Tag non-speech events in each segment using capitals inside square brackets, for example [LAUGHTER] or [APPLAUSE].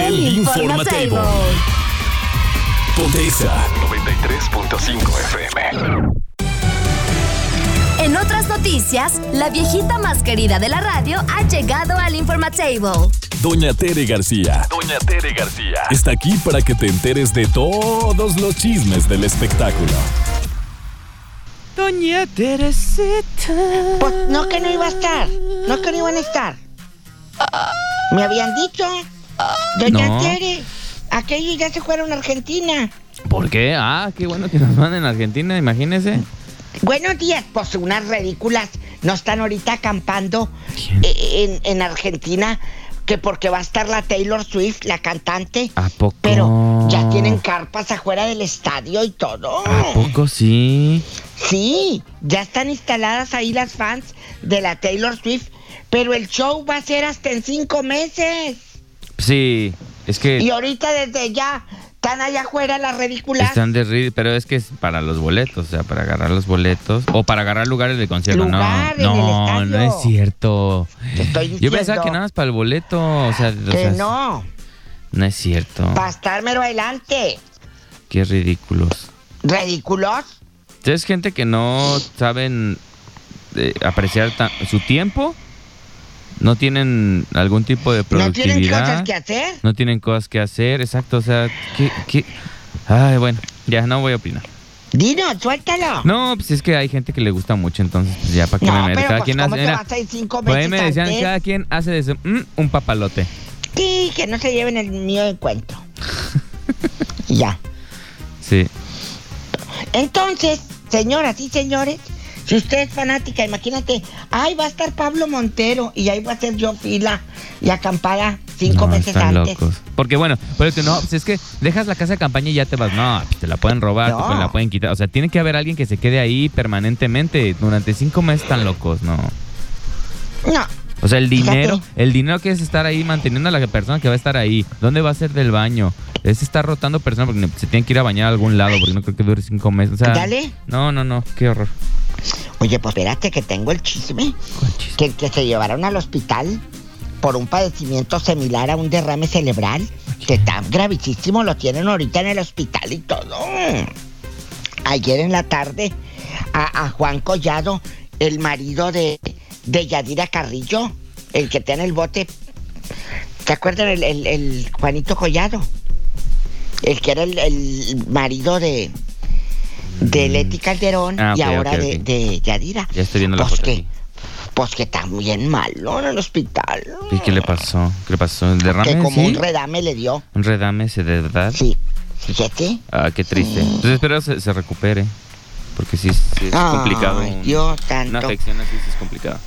El Informatable. Ponte Exa 93.5 FM. En otras noticias, la viejita más querida de la radio ha llegado al Informatable. Doña Tere García Doña Tere García. está aquí para que te enteres de todos los chismes del espectáculo. Doña Teresita. Pues no que no iba a estar, no que no iban a estar. Me habían dicho, doña No. Tere, aquellos ya se fueron a Argentina. ¿Por qué? Ah, qué bueno que nos van en Argentina, imagínese. Buenos días, pues unas ridículas no están ahorita acampando e- en, en Argentina, que porque va a estar la Taylor Swift, la cantante. ¿A poco? Pero ya tienen carpas afuera del estadio y todo. ¿A poco sí? Sí, ya están instaladas ahí las fans de la Taylor Swift, pero el show va a ser hasta en cinco meses. Sí, es Y que ahorita desde ya están allá afuera las ridículas. están de rid, pero es que es para los boletos, o sea, para agarrar los boletos o para agarrar lugares de concierto. Lugar en el no, no, estadio. no es cierto. Te estoy Yo diciendo pensaba que nada más para el boleto, o sea, o que sea, no, no es cierto. para estar mero adelante. Qué ridículos. ¿Ridículos? Es gente que no saben eh, apreciar ta- su tiempo, no tienen algún tipo de ¿No tienen productividad. cosas que hacer? no tienen cosas que hacer, exacto, o sea, ¿qué, qué? Ay, bueno, ya no voy a opinar. Dino, suéltalo. No, pues es que hay gente que le gusta mucho, entonces pues, ya para qué No, me meto. pero Cada pues, quien ¿cómo hace, te mira, vas a ir cinco por ahí meses me decían, antes? cada quien hace de su mm, un papalote. Sí, que no se lleven el mío de [LAUGHS] cuento. ya. Sí. Entonces, señoras y señores, si usted es fanática, imagínate, ay, va a estar Pablo Montero y ahí voy a hacer yo fila y acampada cinco No, meses están antes. locos. Porque bueno, pero que no, pues es que dejas la casa de campaña y ya te vas. No, pues, te la pueden robar, No. te la pueden quitar. O sea, tiene que haber alguien que se quede ahí permanentemente durante cinco meses tan locos, no. No, O sea, el Fíjate. dinero, el dinero que es estar ahí manteniendo a la persona que va a estar ahí. ¿Dónde va a ser del baño? Es estar rotando personas porque se tienen que ir a bañar a algún lado porque no creo que dure cinco meses. O sea, Dale. No, no, no. Qué horror. Oye, pues espérate que tengo el chisme. Que, que se llevaron al hospital por un padecimiento similar a un derrame cerebral. Que tan gravísimo lo tienen ahorita en el hospital y todo. Ayer en la tarde a, a Juan Collado, el marido de, de Yadira Carrillo, el que tiene el bote. ¿Te acuerdas el, el- el Juanito Collado? El que era el, el marido de, de Leti Calderón Mm. Ah, y ok, ahora ok, de- ok. de, Yadira. Ya estoy viendo la pues foto que, aquí. pues que está bien malo en el hospital. ¿Y qué le pasó? ¿Qué le pasó? ¿El derrame? Que como sí? un redame le dio. ¿Un redame, sí, de verdad. Sí. Fíjate. Ah, qué triste. Entonces espero se, se recupere. Porque sí, es- sí es complicado. Ay, un- Dios Una santo. afección así sí es complicada.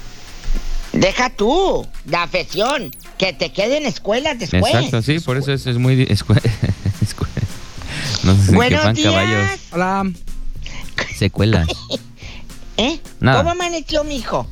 Deja tú la afección. Que te queden escuelas después. Exacto, sí, por eso es, es muy... di- Es, [LAUGHS] cue- es cue- no sé, Buenos quepan días. caballos. Hola. Secuelas. ¿Eh? Nada. ¿Cómo amaneció mi hijo?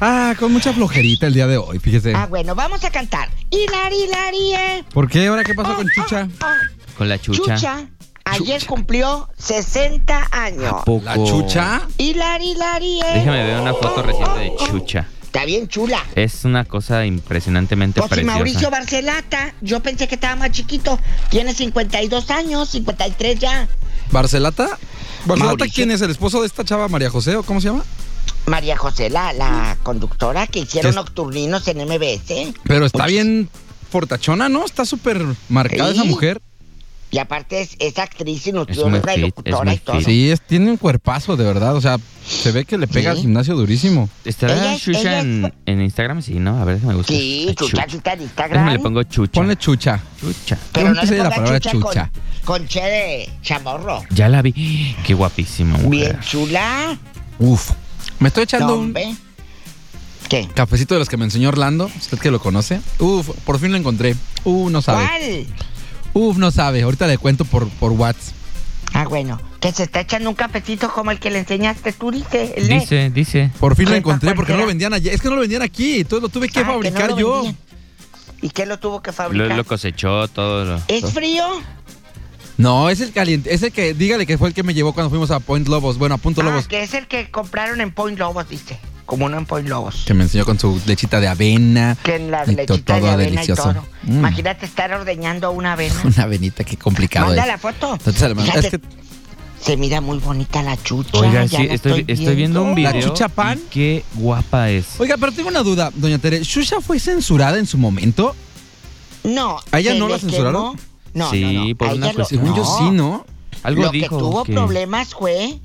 Ah, con mucha flojerita el día de hoy, fíjese. Ah, bueno, vamos a cantar. Hilari, Hilari, eh. ¿Por qué? ¿Ahora qué pasó con Chucha? Ah, Con la chucha. Chucha. Ayer cumplió 60 años. Poco. ¿La Chucha? Hilari, Hilari, eh. Déjame ver una foto reciente de Chucha. Está bien chula. Es una cosa impresionantemente Pues si Mauricio preciosa. Barcelata, yo pensé que estaba más chiquito. Tiene 52 años, 53 ya. ¿Barcelata? ¿Barcelata Mauricio. quién es? ¿El esposo de esta chava María José o cómo se llama? María José, la, la conductora que hicieron Es- nocturninos en MBS. Pero está bien fortachona, ¿no? Está súper marcada Sí. esa mujer. Y aparte es, es actriz y muy nutrióloga fit, y es locutora muy y todo. fit. Sí, es- tiene un cuerpazo, de verdad. O sea, se ve que le pega Sí. al gimnasio durísimo. ¿Estará Ella es- ella Chucha es- en, en Instagram? Sí, ¿no? A ver, me gusta. Sí, Ah, chucha, chucha en Instagram. Déjame le pongo Chucha. Ponle chucha. Chucha. Pero no Antes le era la ponga palabra chucha, chucha. Con, con che de chamorro. Ya la vi. Qué guapísima mujer. Bien chula. Uf. Me estoy echando No, un hombre. ¿Qué? cafecito de los que me enseñó Orlando, usted que lo conoce. Uf, por fin lo encontré. Uh, no sabe. ¿Cuál? Uf, no sabe. Ahorita le cuento por, por WhatsApp. Ah, bueno. Que se está echando un cafecito como el que le enseñaste tú, dice. el Ned. Dice, dice. Por fin lo Ay, encontré papá, porque no lo cualquiera. vendían allá. Es que no lo vendían aquí. Entonces lo tuve que Ah, que no fabricar lo yo. vendían. ¿Y qué lo tuvo que Lo, fabricar? lo cosechó todo. lo- ¿Es frío? No, es el caliente. Es el que, dígale que fue el que me llevó cuando fuimos a Point Lobos. Bueno, a Punto Ah, Lobos. que es el que compraron en Point Lobos, dice. Como uno en Point Lobos. Que me enseñó con su lechita de avena. Que en la Y to- lechita de todo avena delicioso. y todo. Mm. Imagínate estar ordeñando una avena. [LAUGHS] Una avenita, qué [LAUGHS] complicado Manda es. la foto. Entonces, hermano, pues. Fíjate, es que- Se mira muy bonita la chucha. Oiga, ya sí, la estoy, estoy viendo un La video. chucha pan. y Qué guapa es. Oiga, pero tengo una duda, doña Tere. ¿Shusha fue censurada en su momento? No. ¿A ella se no la le censuraron? quemó. No, Sí, no, no, por a una ella lo- cuestión- Según yo no. sí, ¿no? Algo lo que dijo. tuvo problemas fue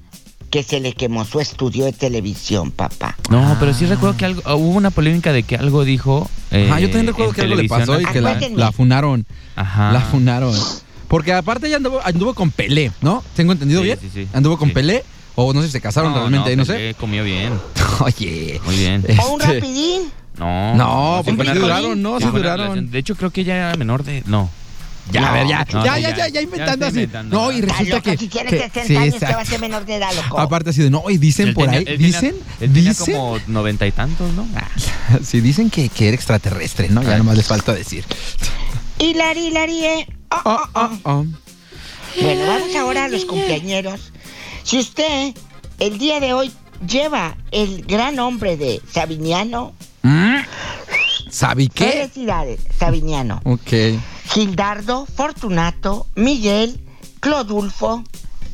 que se le quemó su estudio de televisión, papá. No, pero sí recuerdo que algo, ah, hubo una polémica de que algo dijo. eh, Ajá, Ah, yo también recuerdo en Ah. que algo le televisión pasó y acá. que la, Acuérdenme. la funaron. Ajá. La funaron. Porque aparte ella anduvo, anduvo con Pelé, ¿no? ¿Tengo entendido Sí, bien? sí, sí. Anduvo con Sí. Pelé. O no sé si se casaron realmente, ahí no, sé. Pelé Comió bien. [LAUGHS] Oye. Muy bien. Eh, O un [LAUGHS] Este- rapidín. No. No, sí fue porque una sí relación- duraron, no, sí sí fue una duraron. relación. De hecho, creo que ella era menor de. No. Ya, a ver, ya. No, ya, sí, ya. ya, Ya ya, ya inventando estoy así. inventando. No, y Está resulta loco, que. si tiene que- 60 sí, años, exacto. te va a ser menor de edad, loco. Aparte así de no, y dicen Él por tenía- ahí, él tenía- dicen, él tenía dicen, como noventa y tantos, ¿no? Ah, [LAUGHS] sí, dicen que, que era extraterrestre, ¿no? Ya Ay. nomás les falta decir. Hilari, Hilari, eh. Oh, oh, Ah, ah, ah. Bueno, vamos ahora a los cumpleañeros. Si usted el día de hoy lleva el gran hombre de Sabiniano, Mm. ¿Sabe qué? felicidades, Sabiniano. Ok. Gildardo, Fortunato, Miguel, Clodulfo.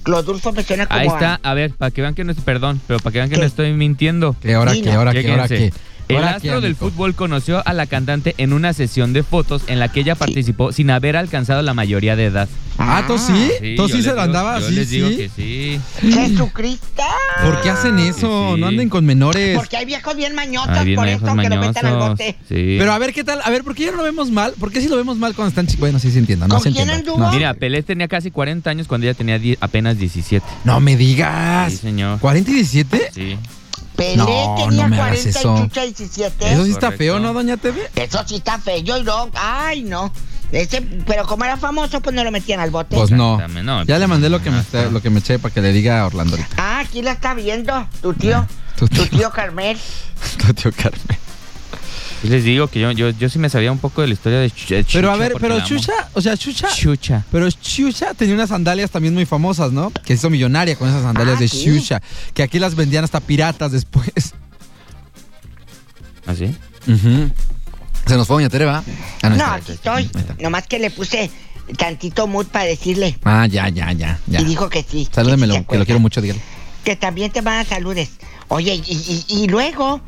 Clodulfo me suena como Ahí a- está. A ver, para que vean que no es. Perdón, pero para que vean que ¿Qué? no estoy mintiendo. ¿Qué hora Dilo. qué? ¿Ahora qué? Chéquense. ¿Ahora qué? El ¿Ahora qué, astro del amigo? fútbol conoció a la cantante en una sesión de fotos en la que ella participó sin haber alcanzado la mayoría de edad. Ah, ¿tú sí? ¿Tú sí se la andaba Yo así? les digo sí? que sí. Jesucristo. ¿Por qué hacen eso? Sí. No anden con menores. Porque hay viejos bien mañotas Ay, bien por esto viejos que lo metan al mañosos. bote. Sí. Pero a ver, ¿qué tal? A ver, ¿por qué ya lo vemos mal? ¿Por qué si lo vemos mal cuando están chicos? Bueno, sí se entienda, no ¿Con se quién entienda. anduvo? No. Mira, Pelé tenía casi 40 años cuando ella tenía die- apenas 17. No me digas. Sí, señor. ¿40 y 17? Sí. Pelé No, tenía no me hagas 40 eso. y Chucha 17. Eso sí está Correcto. feo, ¿no, doña TV? Eso sí está feo y no. Ay, no. Ese, pero como era famoso, pues no lo metían al bote. Pues no. Exactamente, no. pues, Ya le mandé lo que me, Ajá. lo que me eché para que le diga a Orlando ahorita. [LAUGHS] Ah, aquí la está viendo tu tío. Tu Tu tío, tío Carmel. tu tío Carmen. Y les digo que yo, yo, yo sí me sabía un poco de la historia de Chu- de Chucha. Pero a ver, porque pero la amo. Chucha, o sea, Chucha. Chucha. Pero Xuxa tenía unas sandalias también muy famosas, ¿no? Que se hizo millonaria con esas sandalias Ah, de sí. Xuxa. Que aquí las vendían hasta piratas después. ¿Así? Se nos fue Doña Tere, ¿va? Ah, No, está. aquí estoy. Nomás que le puse tantito mood para decirle. Ah, ya, ya, ya. ya. Y dijo que sí. Salúdemelo, sí se que, lo acuerda. quiero mucho, dígale. Que también te manda saludes. Oye, y, y- y luego,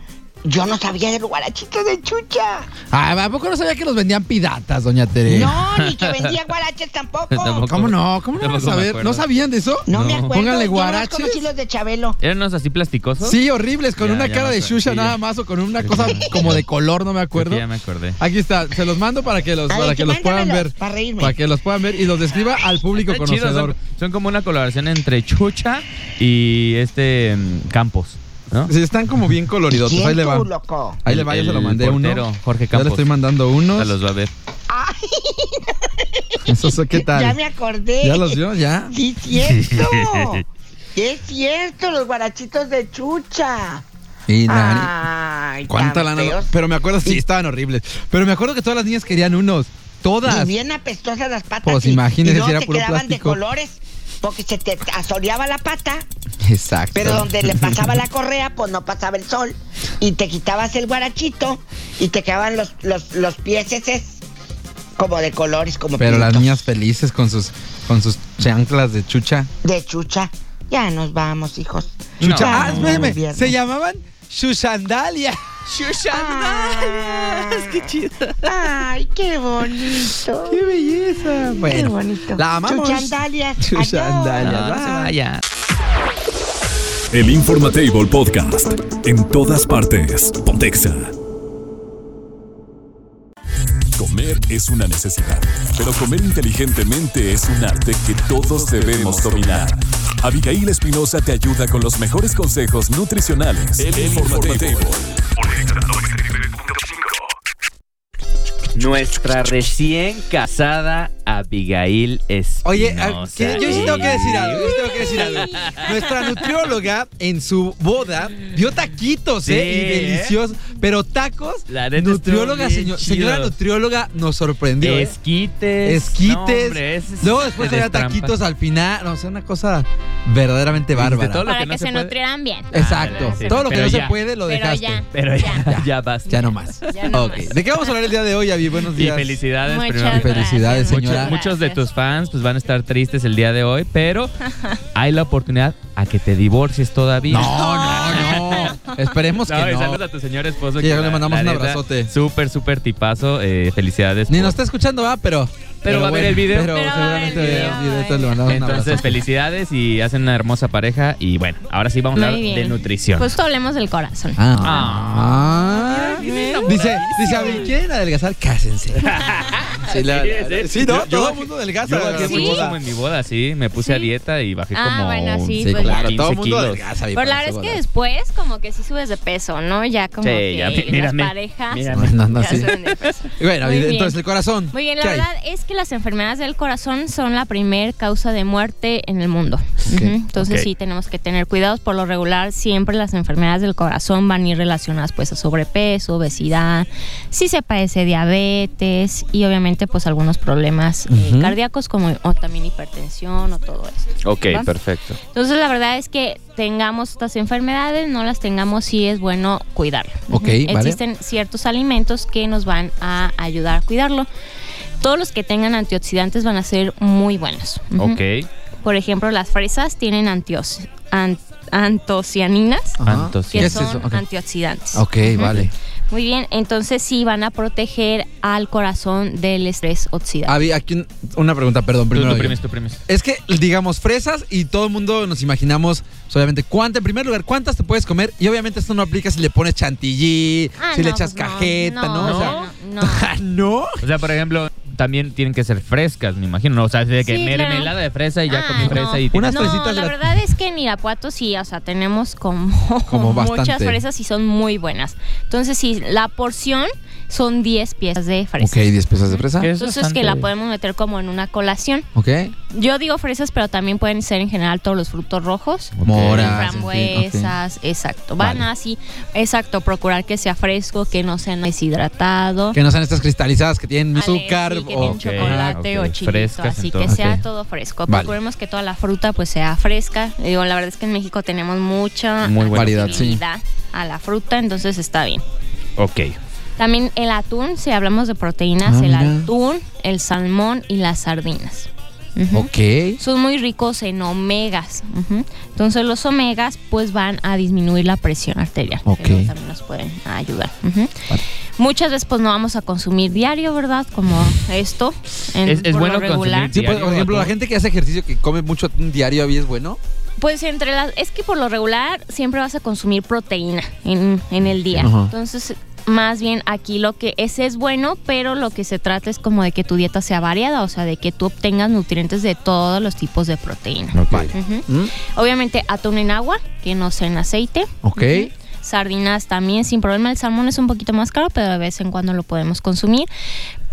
yo no sabía del guarachito de chucha. Ah, ¿a poco no sabía que los vendían piratas, Doña Tere? No, ni que [LAUGHS] vendía guaraches tampoco. [LAUGHS] Tampoco. Oh, ¿Cómo no? ¿Cómo Tampoco no van a me saber? acuerdo. ¿No sabían de eso? No, me No. acuerdo. Póngale yo guaraches. Los conocí los de Chabelo. ¿Eran unos así plasticosos? Sí, horribles, con Ya, una ya cara me de acuerdo, Xuxa sí, nada ya. más o con una Sí, cosa ya. como de color, no Creo me que acuerdo. Ya me acordé. Aquí está, se los mando para que los, A ver, para sí, que los puedan mándamelos, ver. para reírme. Para que los puedan ver y los describa al público Está chido, conocedor. son, son como una colaboración entre Chucha y este mm, Campos, ¿no? Sí, están como bien coloridos. pues ¿Quién Ahí le va. tú, loco? Ahí El- le va, yo se lo el mandé portero, uno. Jorge Ya le Campos. estoy mandando Ya unos. los va a ver. Ay, Esos, ¿qué [LAUGHS] tal? ya me Ah. acordé. ¿Ya los vio? ¿Ya? Sí, [LAUGHS] cierto. es cierto, los guarachitos de chucha. Y la- Ay, ¿Cuánta tan lana? feos. Pero me acuerdo, sí, estaban horribles. Pero me acuerdo que todas las niñas querían unos. Y Todas. bien apestosas las patas. Pues y- imagínese y luego si era te puro quedaban plástico. de colores porque se te asoleaba la pata, Exacto. pero donde [LAUGHS] le pasaba la correa, pues no pasaba el sol. Y te quitabas el guarachito y te quedaban los, los, los pies esos como de colores, como Pero las pinitos. niñas felices con sus con sus chanclas de chucha. De chucha. Ya nos vamos, hijos. Chucha. Chucha. No. Ah, espérame. Viernes. Se llamaban Shushandalia. [LAUGHS] Shoshana. Es que chida. Ay, qué bonito. ¡Qué belleza! Qué Bueno, bonito. la amamos. Chuchandalias. Sus No, sandalias. no se vaya. El Informatable Podcast. En todas partes. Pontexa. Comer es una necesidad, pero comer inteligentemente es un arte que todos debemos dominar. Abigail Espinosa te ayuda con los mejores consejos nutricionales. El Informatable. Nuestra recién casada Abigail Espinosa. Oye, a- que- yo sí tengo que decir algo, yo sí tengo que decir algo. [LAUGHS] Nuestra nutrióloga en su boda dio taquitos, Sí, ¿eh? Y ¿eh? deliciosos, pero tacos. La neta estuvo nutrióloga, bien señor- señora chido. nutrióloga, nos sorprendió. ¿eh? Esquites. Esquites. No, hombre, ese sí Luego te después había destrampa. taquitos al final. No, o sea, una cosa verdaderamente Dijiste Pues todo lo bárbara. Para que, no se, puede. nutrieran bien. [LAUGHS] Exacto. Ándale, sí. Todo lo que Pero no se ya. puede lo Pero dejaste. ya. Pero ya, ya, basta. Ya no más. [LAUGHS] Ya no Ok. más. ¿De qué vamos a hablar el día de hoy, Avi? Buenos Y días. felicidades Muchas primero. Y felicidades, gracias, Muchos- señora. muchos de gracias. tus fans pues van a estar tristes el día de hoy, [LAUGHS] pero hay la oportunidad a que te divorcies todavía. No, no, no. [LAUGHS] Esperemos No, que y no. saludos a tu señor esposo. Sí, le mandamos un neta, abrazote. Súper, súper tipazo. eh, felicidades. Ni por- nos está escuchando, va, pero. va a ver el video. Pero, Pero va a ver el seguramente ve el video, video. ay. Entonces le mandamos un Entonces, abrazo. felicidades y hacen una hermosa pareja. Y bueno, ahora sí vamos a Muy hablar bien. Pues, de nutrición. Justo hablemos del corazón. Ah. Ah. Ah. Dice, dice, a ver, ¿quieren adelgazar? [LAUGHS] Cásense. Sí, la- Sí, sí, sí, no, yo- todo yo- el mundo adelgaza. Yo bajé ¿verdad? ¿Sí? muchísimo en mi boda, sí. Me puse a dieta y bajé Ah, como. bueno, sí, Sí, pues claro, todo 15 el mundo kilos. adelgaza. Pero la verdad es que después como que sí subes de peso, ¿no? Ya como Sí, que ya, mí- las mírame, parejas pues, mírame. No, [LAUGHS] no, ya sí. suben de peso. Y Bueno, Muy bien. entonces el corazón. Muy bien, la ¿qué hay? verdad es que las enfermedades del corazón son la primer causa de muerte en el mundo. Ujú, Entonces Ok. sí tenemos que tener cuidados. Por lo regular siempre las enfermedades del corazón van a ir relacionadas pues a sobrepeso, obesidad, si se padece diabetes y obviamente pues algunos problemas eh, Ujú. cardíacos como o también hipertensión o todo esto. Ok, ¿va? perfecto. Entonces la verdad es que tengamos estas enfermedades, no las tengamos, sí es bueno cuidarlo. Ok, Ujú. vale. Existen ciertos alimentos que nos van a ayudar a cuidarlo. Todos los que tengan antioxidantes van a ser muy buenos. Ujú. Ok. Por ejemplo, las fresas tienen antios, an- antocianinas, Ajá. Antos- que ¿Qué es son eso? Ok. antioxidantes. Ok, Ujú. vale. Muy bien, entonces sí van a proteger al corazón del estrés oxidante. Había aquí un- una pregunta, perdón, Tú, primero. tú yo. primes, tú primes. Es que, digamos, fresas y todo el mundo nos imaginamos, pues, obviamente, cuánta, en primer lugar, cuántas te puedes comer. Y obviamente esto no aplica si le pones chantilly, Ah, si le no, echas pues no, cajeta, ¿no? O sea, no, [LAUGHS] no. Ah, ¿no? O sea, por ejemplo, también tienen que ser frescas, me imagino. ¿no? O sea, de que Sí, me claro. me helada de fresa y ya Ah, comí fresa no. y Unas no, fresitas de la la- verdad es que en Irapuato sí, o sea, tenemos como, Como [LAUGHS] muchas bastante. fresas y son muy buenas. Entonces, sí, la porción son 10 piezas de fresa. Ok, 10 pesas de fresa. ¿Qué es Entonces, bastante. que la podemos meter como en una colación. Ok. Yo digo fresas, pero también pueden ser en general todos los frutos rojos. Moras. en fin, Ah, ok. Frambuesas, exacto. Van Vale. así, exacto, procurar que sea fresco, que no sea deshidratado. Que no sean estas cristalizadas que tienen Ale, azúcar. sí, que o- tiene chocolate Ah, ok. o chilito, Frescas, así entonces. que sea Ok. todo fresco. Vale. Procuremos que toda la fruta pues sea fresca. Digo, la verdad es que en México tenemos mucha Muy buena Variedad, sí. accesibilidad a la fruta, entonces está bien. Ok. También el atún, si hablamos de proteínas, Ah, el mira. atún, el salmón y las sardinas. Ujú. Ok. Son muy ricos en omegas. ujú. Entonces los omegas pues van a disminuir la presión arterial. Ok. que luego también nos pueden ayudar. ujú. Muchas veces pues no vamos a consumir diario, ¿verdad? Como esto. en- Es- es por lo bueno consumir Sí, pues, Diario, por ejemplo, ¿no? la gente que hace ejercicio, que come mucho atún diario, ¿a mí es bueno? Pues entre las... Es que por lo regular siempre vas a consumir proteína en, en el día. Ajá. Entonces... Más bien aquí lo que es es bueno, pero lo que se trata es como de que tu dieta sea variada, o sea, de que tú obtengas nutrientes de todos los tipos de proteína. Ok. Ujú. ¿Mm? Obviamente atún en agua, que no sea en aceite. Ok. Ujú. Sardinas también, sin problema. El salmón es un poquito más caro, pero de vez en cuando lo podemos consumir.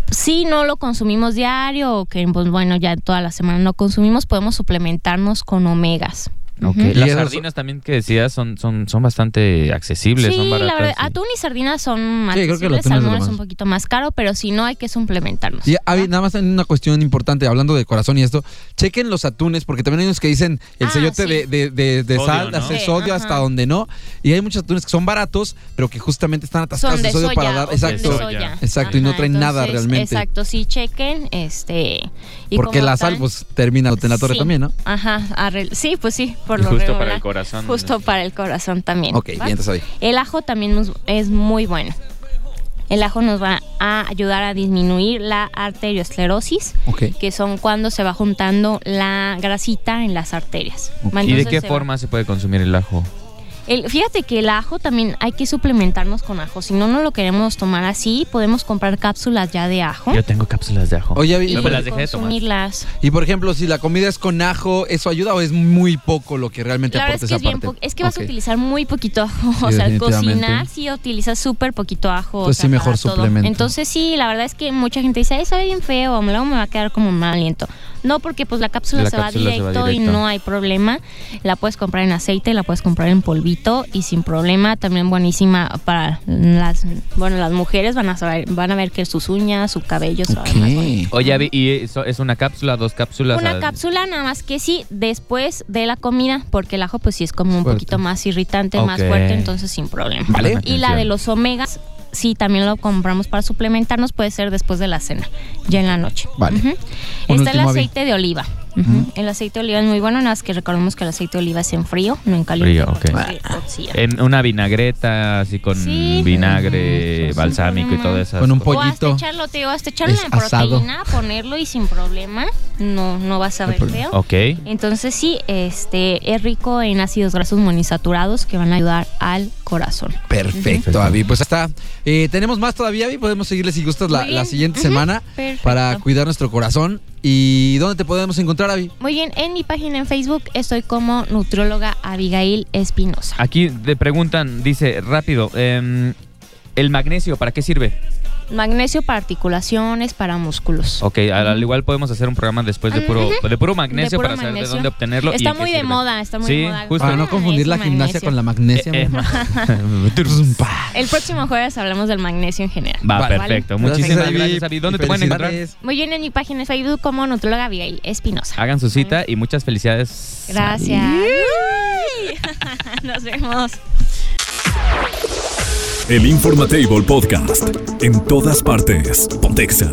Si no lo consumimos diario o que, pues, bueno, ya toda la semana no consumimos, podemos suplementarnos con omegas. Ok. Ujú. Las Y esas- sardinas también que decías son, son, son bastante accesibles, Sí, son la baratas. verdad, y- atún y sardinas son más. Sí, creo que el atún es de lo salmón es más. un poquito más caro, pero si no, hay que suplementarnos. Y Avi, nada más en una cuestión importante, hablando de corazón y esto, chequen los atunes, porque también hay unos que dicen el Ah, sellote sí. de, de- de- de Sodio, sal, ¿no? hace Sí, sodio ajá. hasta donde no. Y hay muchos atunes que son baratos, pero que justamente están atascados son de de sodio soya, para dar. o son de Exacto. soya. Exacto, y no traen nada realmente. Exacto, sí chequen, este y Porque como la sal, tal- pues termina en la torre Sí. también, ¿no? Ajá, arregl- sí, pues sí, por Y lo justo regular. para el corazón. Justo para el corazón también. Ok, ¿va? bien, entonces ahí. El ajo también nos- es muy bueno. El ajo nos va a ayudar a disminuir la arteriosclerosis, Ok. que son cuando se va juntando la grasita en las arterias. ¿va? ¿Y de Entonces qué se va- forma se puede consumir el ajo? el- fíjate que el ajo también hay que suplementarnos con ajo. Si no, no lo queremos tomar así, podemos comprar cápsulas ya de ajo. tengo cápsulas de ajo. Oye, Y y, Luego las dejé de tomar. consumirlas. y por ejemplo, si la comida es con ajo, ¿eso ayuda o es muy poco lo que realmente La verdad aporta es que, es, esa bien parte? po- es que vas Ok. a utilizar muy poquito ajo. o Sí, sea, al definitivamente. cocinar sí utilizas súper poquito ajo. Entonces, o sea, sí, mejor para todo. suplemento. Entonces sí, la verdad es que mucha gente dice, ay, sabe bien feo, luego me va a quedar como mal aliento. No, porque pues la cápsula, La se, cápsula va se va directo y directo. no hay problema. La puedes comprar en aceite, la puedes comprar en polvito y sin problema. También buenísima para las, bueno, las mujeres van a saber, van a ver que sus uñas, su cabello se va a ver más bonito. Ok. Oye, Abby, ¿y eso es una cápsula, dos cápsulas? ah, Una al- cápsula nada más que sí, después de la comida, porque el ajo pues sí es como un Fuerte. poquito más irritante, más Ok. fuerte, entonces sin problema. Vale. Y la de los omegas, sí, también lo compramos para suplementarnos, puede ser después de la cena, ya en la noche. Vale. Ujú. Un Está el último, Abby. aceite de oliva. Ujú. El aceite de oliva es muy bueno, nada más que recordemos que el aceite de oliva es en frío, no en caliente. Frío, ok. Eh, porque se oxida. En una vinagreta, así con Sí. vinagre, Ujú, sin balsámico y problema. todo eso. Con un O hasta pollito. echarlo, te digo, hasta echarlo Es en asado. proteína, ponerlo y sin problema, no, no vas a No hay ver problema. feo. Ok. Entonces sí, este es rico en ácidos grasos monisaturados que van a ayudar al corazón. Perfecto, Avi. Pues hasta eh, tenemos más todavía, Avi. Podemos seguirle si gustas la, Muy la bien. siguiente Ujú. semana Perfecto. para cuidar nuestro corazón. ¿Y dónde te podemos encontrar, Avi? Muy bien, en mi página en Facebook estoy como nutrióloga Abigail Espinosa. Aquí te preguntan, dice rápido, em, ¿el magnesio para qué sirve? Magnesio para articulaciones, para músculos. Ok, al, al igual podemos hacer un programa después de puro, Ujú. de puro magnesio De puro para saber de magnesio. dónde obtenerlo. y Está qué muy de sirve. moda, está muy sí, de moda. Justo. Para no Magnesio, confundir la gimnasia magnesio. con la magnesia. Eh, eh, mejor. [LAUGHS] El próximo jueves hablamos del magnesio en general. Va, Vale. perfecto. Muchísimas gracias, Avi. Abby. ¿Dónde te pueden encontrar? Felicidades. Muy bien, en mi página en Facebook como nutrióloga Abigail Espinosa. Hagan su cita y muchas felicidades. Gracias. [LAUGHS] Nos vemos. El Informatable Podcast. En todas partes. Pontexa.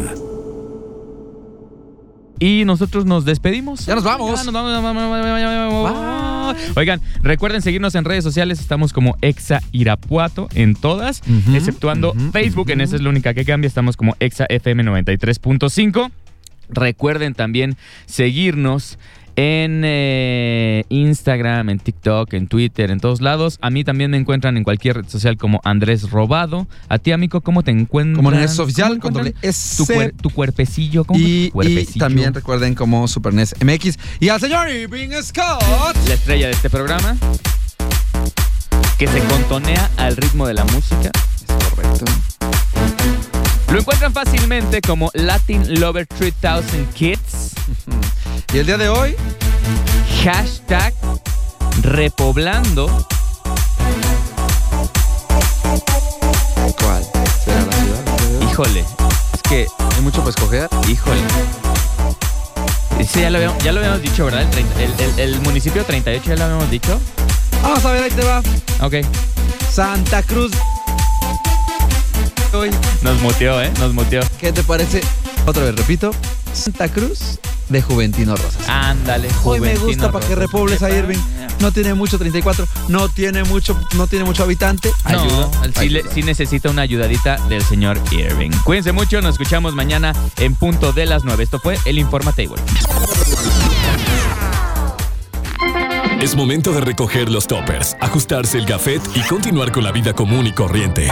Y nosotros nos despedimos. Ya nos vamos. Ya nos vamos, vamos, vamos, vamos, vamos, vamos. Oigan, recuerden seguirnos en redes sociales. Estamos como Exa Irapuato en todas, Ujú, exceptuando ujú, Facebook. En esa es la única que cambia. Estamos como Exa FM 93.5. Recuerden también seguirnos en eh, Instagram, en TikTok, en Twitter, en todos lados. A mí también me encuentran en cualquier red social como Andrés Robado. A ti, amigo, ¿cómo te encuentras? Como en el oficial, ¿Cómo con te doble encuentran? S. Tu, cuer- tu cuerpecillo, ¿cómo y, tu cuerpecillo? y también recuerden como Super E NES MX y al señor Irving Scott. la estrella de este programa, que se contonea al ritmo de la música. Es correcto. Lo encuentran fácilmente como Latin Lover 3000 Kids, Y el día de hoy, hashtag repoblando ¿cuál será la ciudad? Híjole, es que, Hay mucho para escoger. híjole. Sí, ya lo, habíamos, ya lo habíamos dicho, ¿verdad? El, treinta- el- el- el municipio 38 ya lo habíamos dicho. Vamos a ver, ahí te va. Ok. Santa Cruz. Hoy, Nos muteó, ¿eh? Nos muteó. ¿Qué te parece? Otra vez, repito. Santa Cruz de Juventino Rosas. Ándale, Hoy me Ah, Juventino gusta para que Rosas. repobles a Irving. No tiene mucho 34, no tiene mucho, no tiene mucho habitante. Ayuda. No, sí, le- ayuda. sí necesita una ayudadita del señor Irving. Cuídense mucho, nos escuchamos mañana en punto de las 9. Esto fue el Informatable. Es momento de recoger los toppers, ajustarse el gafet y continuar con la vida común y corriente.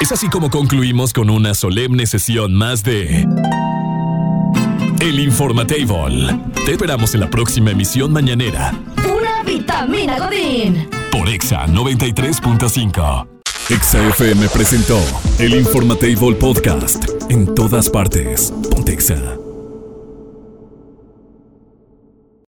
Es así como concluimos con una solemne sesión más de. El Informatable. Te esperamos en la próxima emisión mañanera Pura vitamina Godín. por Exa 93.5. Exa FM presentó el Informatable Podcast. En todas partes. Pontexa.